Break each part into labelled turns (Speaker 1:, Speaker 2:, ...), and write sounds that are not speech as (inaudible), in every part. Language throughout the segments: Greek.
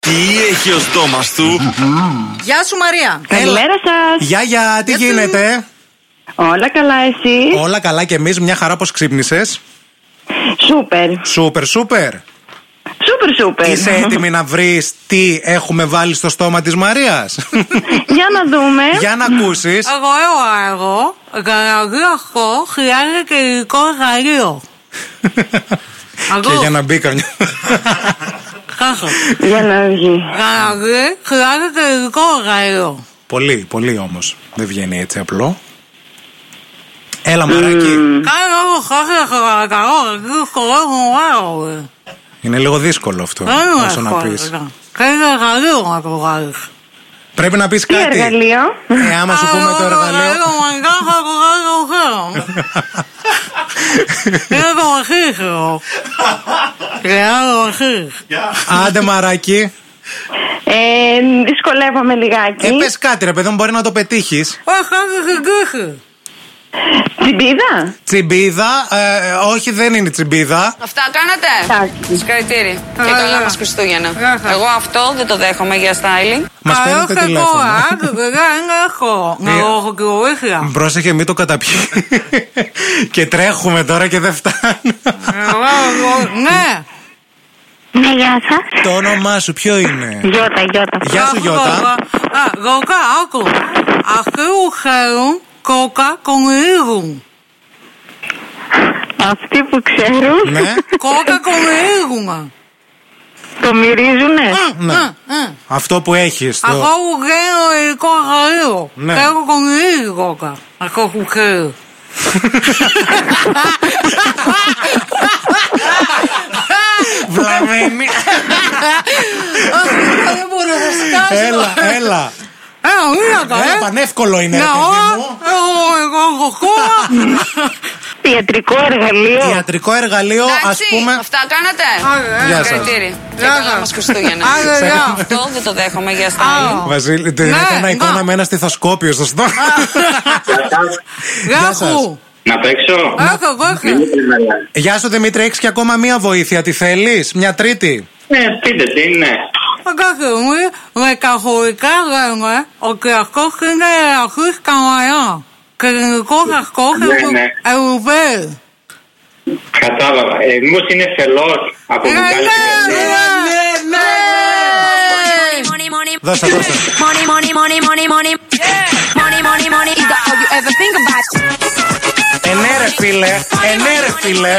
Speaker 1: Τι έχει ο στόμας του.
Speaker 2: Γεια σου Μαρία.
Speaker 3: Καλημέρα σας.
Speaker 4: Γεια, γεια, τι
Speaker 2: Γιατί?
Speaker 4: γίνεται.
Speaker 3: Όλα καλά, εσύ.
Speaker 4: Όλα καλά και εμείς, μια χαρά πώ ξύπνησες.
Speaker 3: Σούπερ.
Speaker 4: Σούπερ, σούπερ.
Speaker 3: Σούπερ, σούπερ.
Speaker 4: Είσαι έτοιμη να βρεις τι έχουμε βάλει στο στόμα της Μαρίας.
Speaker 3: (laughs) Για να δούμε.
Speaker 4: Για να ακούσεις.
Speaker 2: Εγώ, εγώ, εγώ, για να βγει αυτό χρειάζεται υλικό εργαλείο.
Speaker 4: (laughs) και για να μπει καμιά.
Speaker 2: Κάτω.
Speaker 3: Για να βγει.
Speaker 2: Για να βγει χρειάζεται υλικό εργαλείο.
Speaker 4: πολύ, πολύ όμως. Δεν βγαίνει έτσι απλό. Έλα, μαράκι.
Speaker 2: Κάνε όμως χάρη στο παρακαλώ, γιατί δυσκολεύουν πάρα πολύ.
Speaker 4: Είναι λίγο δύσκολο αυτό.
Speaker 2: Δεν είναι
Speaker 4: Όσο να πει.
Speaker 2: εύκολο. Θέλει εργαλείο να το βγάλεις.
Speaker 4: Πρέπει να πεις
Speaker 3: Τι
Speaker 4: κάτι.
Speaker 3: εργαλείο.
Speaker 4: Ε, άμα σου πούμε το εργαλείο.
Speaker 2: Μαγικά θα το βγάλει ο
Speaker 4: (laughs)
Speaker 2: Θεός. Είναι το μαχύχυρο. Χρειάζεται μαχύχυρο.
Speaker 4: Άντε, μαράκι.
Speaker 3: Ε, δυσκολεύομαι λιγάκι.
Speaker 4: Ε, πες κάτι, ρε παιδί μου, μπορεί να το πετύχεις.
Speaker 2: Όχι, κάτι στην τύχη.
Speaker 3: Την πίδα.
Speaker 4: Τσιμπίδα. ε, όχι, δεν είναι τσιμπίδα.
Speaker 5: Αυτά κάνατε.
Speaker 3: Εντάξει.
Speaker 5: Συγχαρητήρια. Και
Speaker 2: Καλά.
Speaker 5: καλά μας Χριστούγεννα.
Speaker 2: Γεια.
Speaker 5: Εγώ αυτό δεν το δέχομαι για styling.
Speaker 4: Μας
Speaker 2: Καλό
Speaker 4: παίρνετε
Speaker 2: και
Speaker 4: τηλέφωνο.
Speaker 2: τώρα, Άντε, παιδιά, είναι εύκολο. Να
Speaker 4: Ε,
Speaker 2: το έχω και βοήθεια.
Speaker 4: Πρόσεχε, μην το καταπιεί. (laughs) και τρέχουμε τώρα και
Speaker 2: (laughs)
Speaker 4: δεν φτάνω.
Speaker 2: Εγώ, εγώ, Ναι.
Speaker 6: Ναι, γεια σας.
Speaker 4: το όνομά σου ποιο είναι.
Speaker 6: Γιώτα, Γιώτα.
Speaker 4: Γεια σου, Γιώτα.
Speaker 2: Γοκά, άκου. Αυτοί που ξέρουν, κόκα κομιρίζουν.
Speaker 6: Αυτοί που ξέρουν
Speaker 4: ναι,
Speaker 2: Κόκα κομιρίζουμε.
Speaker 6: το μυρίζουνε.
Speaker 4: ναι. Αυτό που έχεις. Το...
Speaker 2: Αυτό που ξέρει ο ελληνικό αγαρίο.
Speaker 4: Ναι.
Speaker 2: Θέλω κομιρίζει κόκα. Αυτό που ξέρει. (laughs)
Speaker 4: Βλαμμένη.
Speaker 2: Αχ, δεν μπορώ να σκάσω.
Speaker 4: έλα, έλα.
Speaker 2: Έλα, μίλα τα,
Speaker 4: έλα,
Speaker 2: ε.
Speaker 4: πανεύκολο είναι, ρε
Speaker 2: Μια ώρα,
Speaker 4: παιδί μου.
Speaker 2: εγώ, εγώ, εγώ, κόμμα.
Speaker 6: Ιατρικό εργαλείο.
Speaker 4: Ιατρικό εργαλείο, ας
Speaker 5: Εντάξει,
Speaker 4: πούμε.
Speaker 5: αυτά κάνατε.
Speaker 2: Άντε, ε.
Speaker 4: Γεια σας.
Speaker 5: Συγχαρητήρια. Και
Speaker 2: Γεια
Speaker 5: καλά
Speaker 2: σας.
Speaker 5: μας Χριστούγεννα.
Speaker 2: Άντε,
Speaker 5: Εγώ
Speaker 2: γεια.
Speaker 5: Αυτό δεν το δέχομαι για styling.
Speaker 2: Άρα.
Speaker 4: Βασίλη, την
Speaker 2: Ναι,
Speaker 4: έκανα
Speaker 2: ναι.
Speaker 4: εικόνα με ένα στιθοσκόπιο στο
Speaker 2: (laughs)
Speaker 4: στόμα. Γεια σας.
Speaker 2: Γάκου.
Speaker 7: Να παίξω.
Speaker 2: Άκου, βάκου.
Speaker 4: Γεια σου Δημήτρη, έχεις και ακόμα μία βοήθεια. Τι θέλεις, μια τρίτη.
Speaker 7: Ναι, πείτε τι είναι.
Speaker 2: Ακαθομή, με καθολικά λέμε ότι αυτός είναι ελαφρύς καμαρά. Κλινικός ασκός
Speaker 7: Ναι, ναι.
Speaker 2: Ευρωπαίοι.
Speaker 7: Κατάλαβα. Εμεί είναι φελό από
Speaker 2: Ναι,
Speaker 7: μπουκάλι
Speaker 2: ναι,
Speaker 7: στην
Speaker 2: ναι,
Speaker 7: Ελβετία.
Speaker 2: ναι, ναι.
Speaker 4: Δώσε, δώσε.
Speaker 8: Money, money, money, money, money. Money, money, money.
Speaker 5: Is that all you ever think about?
Speaker 4: Ε, ναι, ρε φίλε. Ε, ναι, ρε φίλε.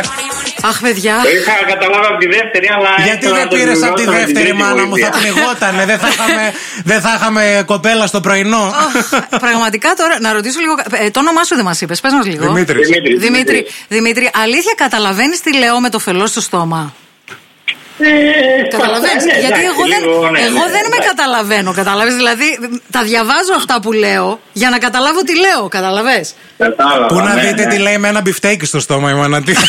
Speaker 2: Αχ, παιδιά.
Speaker 7: Το είχα καταλάβει από τη δεύτερη, αλλά.
Speaker 4: Γιατί
Speaker 7: ήθελα
Speaker 4: δεν
Speaker 7: να το
Speaker 4: πήρες από τη
Speaker 7: επιβεβαιώσω με την
Speaker 4: δεύτερη
Speaker 7: τρίτη
Speaker 4: μάνα μου, θα
Speaker 7: βοήθεια.
Speaker 4: πνιγότανε. Δεν θα είχαμε, δεν θα είχαμε κοπέλα στο πρωινό.
Speaker 2: Αχ, Πραγματικά τώρα να ρωτήσω λίγο. κα- ε, το όνομά σου δεν μας είπες, πες μας λίγο.
Speaker 4: Δημήτρης.
Speaker 7: Δημήτρη.
Speaker 2: Δημήτρη, Δημήτρη, αλήθεια καταλαβαίνεις τι λέω με το φελό στο στόμα.
Speaker 7: Ε,
Speaker 2: Καταλαβαίνεις,
Speaker 7: ναι,
Speaker 2: Γιατί
Speaker 7: εντάξει,
Speaker 2: εγώ δεν,
Speaker 7: λίγο, ναι,
Speaker 2: εγώ δεν
Speaker 7: ναι,
Speaker 2: με
Speaker 7: εντάξει.
Speaker 2: καταλαβαίνω. Καταλαβες, Δηλαδή, τα διαβάζω αυτά που λέω για να καταλάβω τι λέω. Καταλαβες.
Speaker 7: Κατάλαβα,
Speaker 4: Πού να
Speaker 7: ναι,
Speaker 4: δείτε
Speaker 7: ναι.
Speaker 4: τι λέει με ένα μπιφτέκι στο στόμα η μάνα της.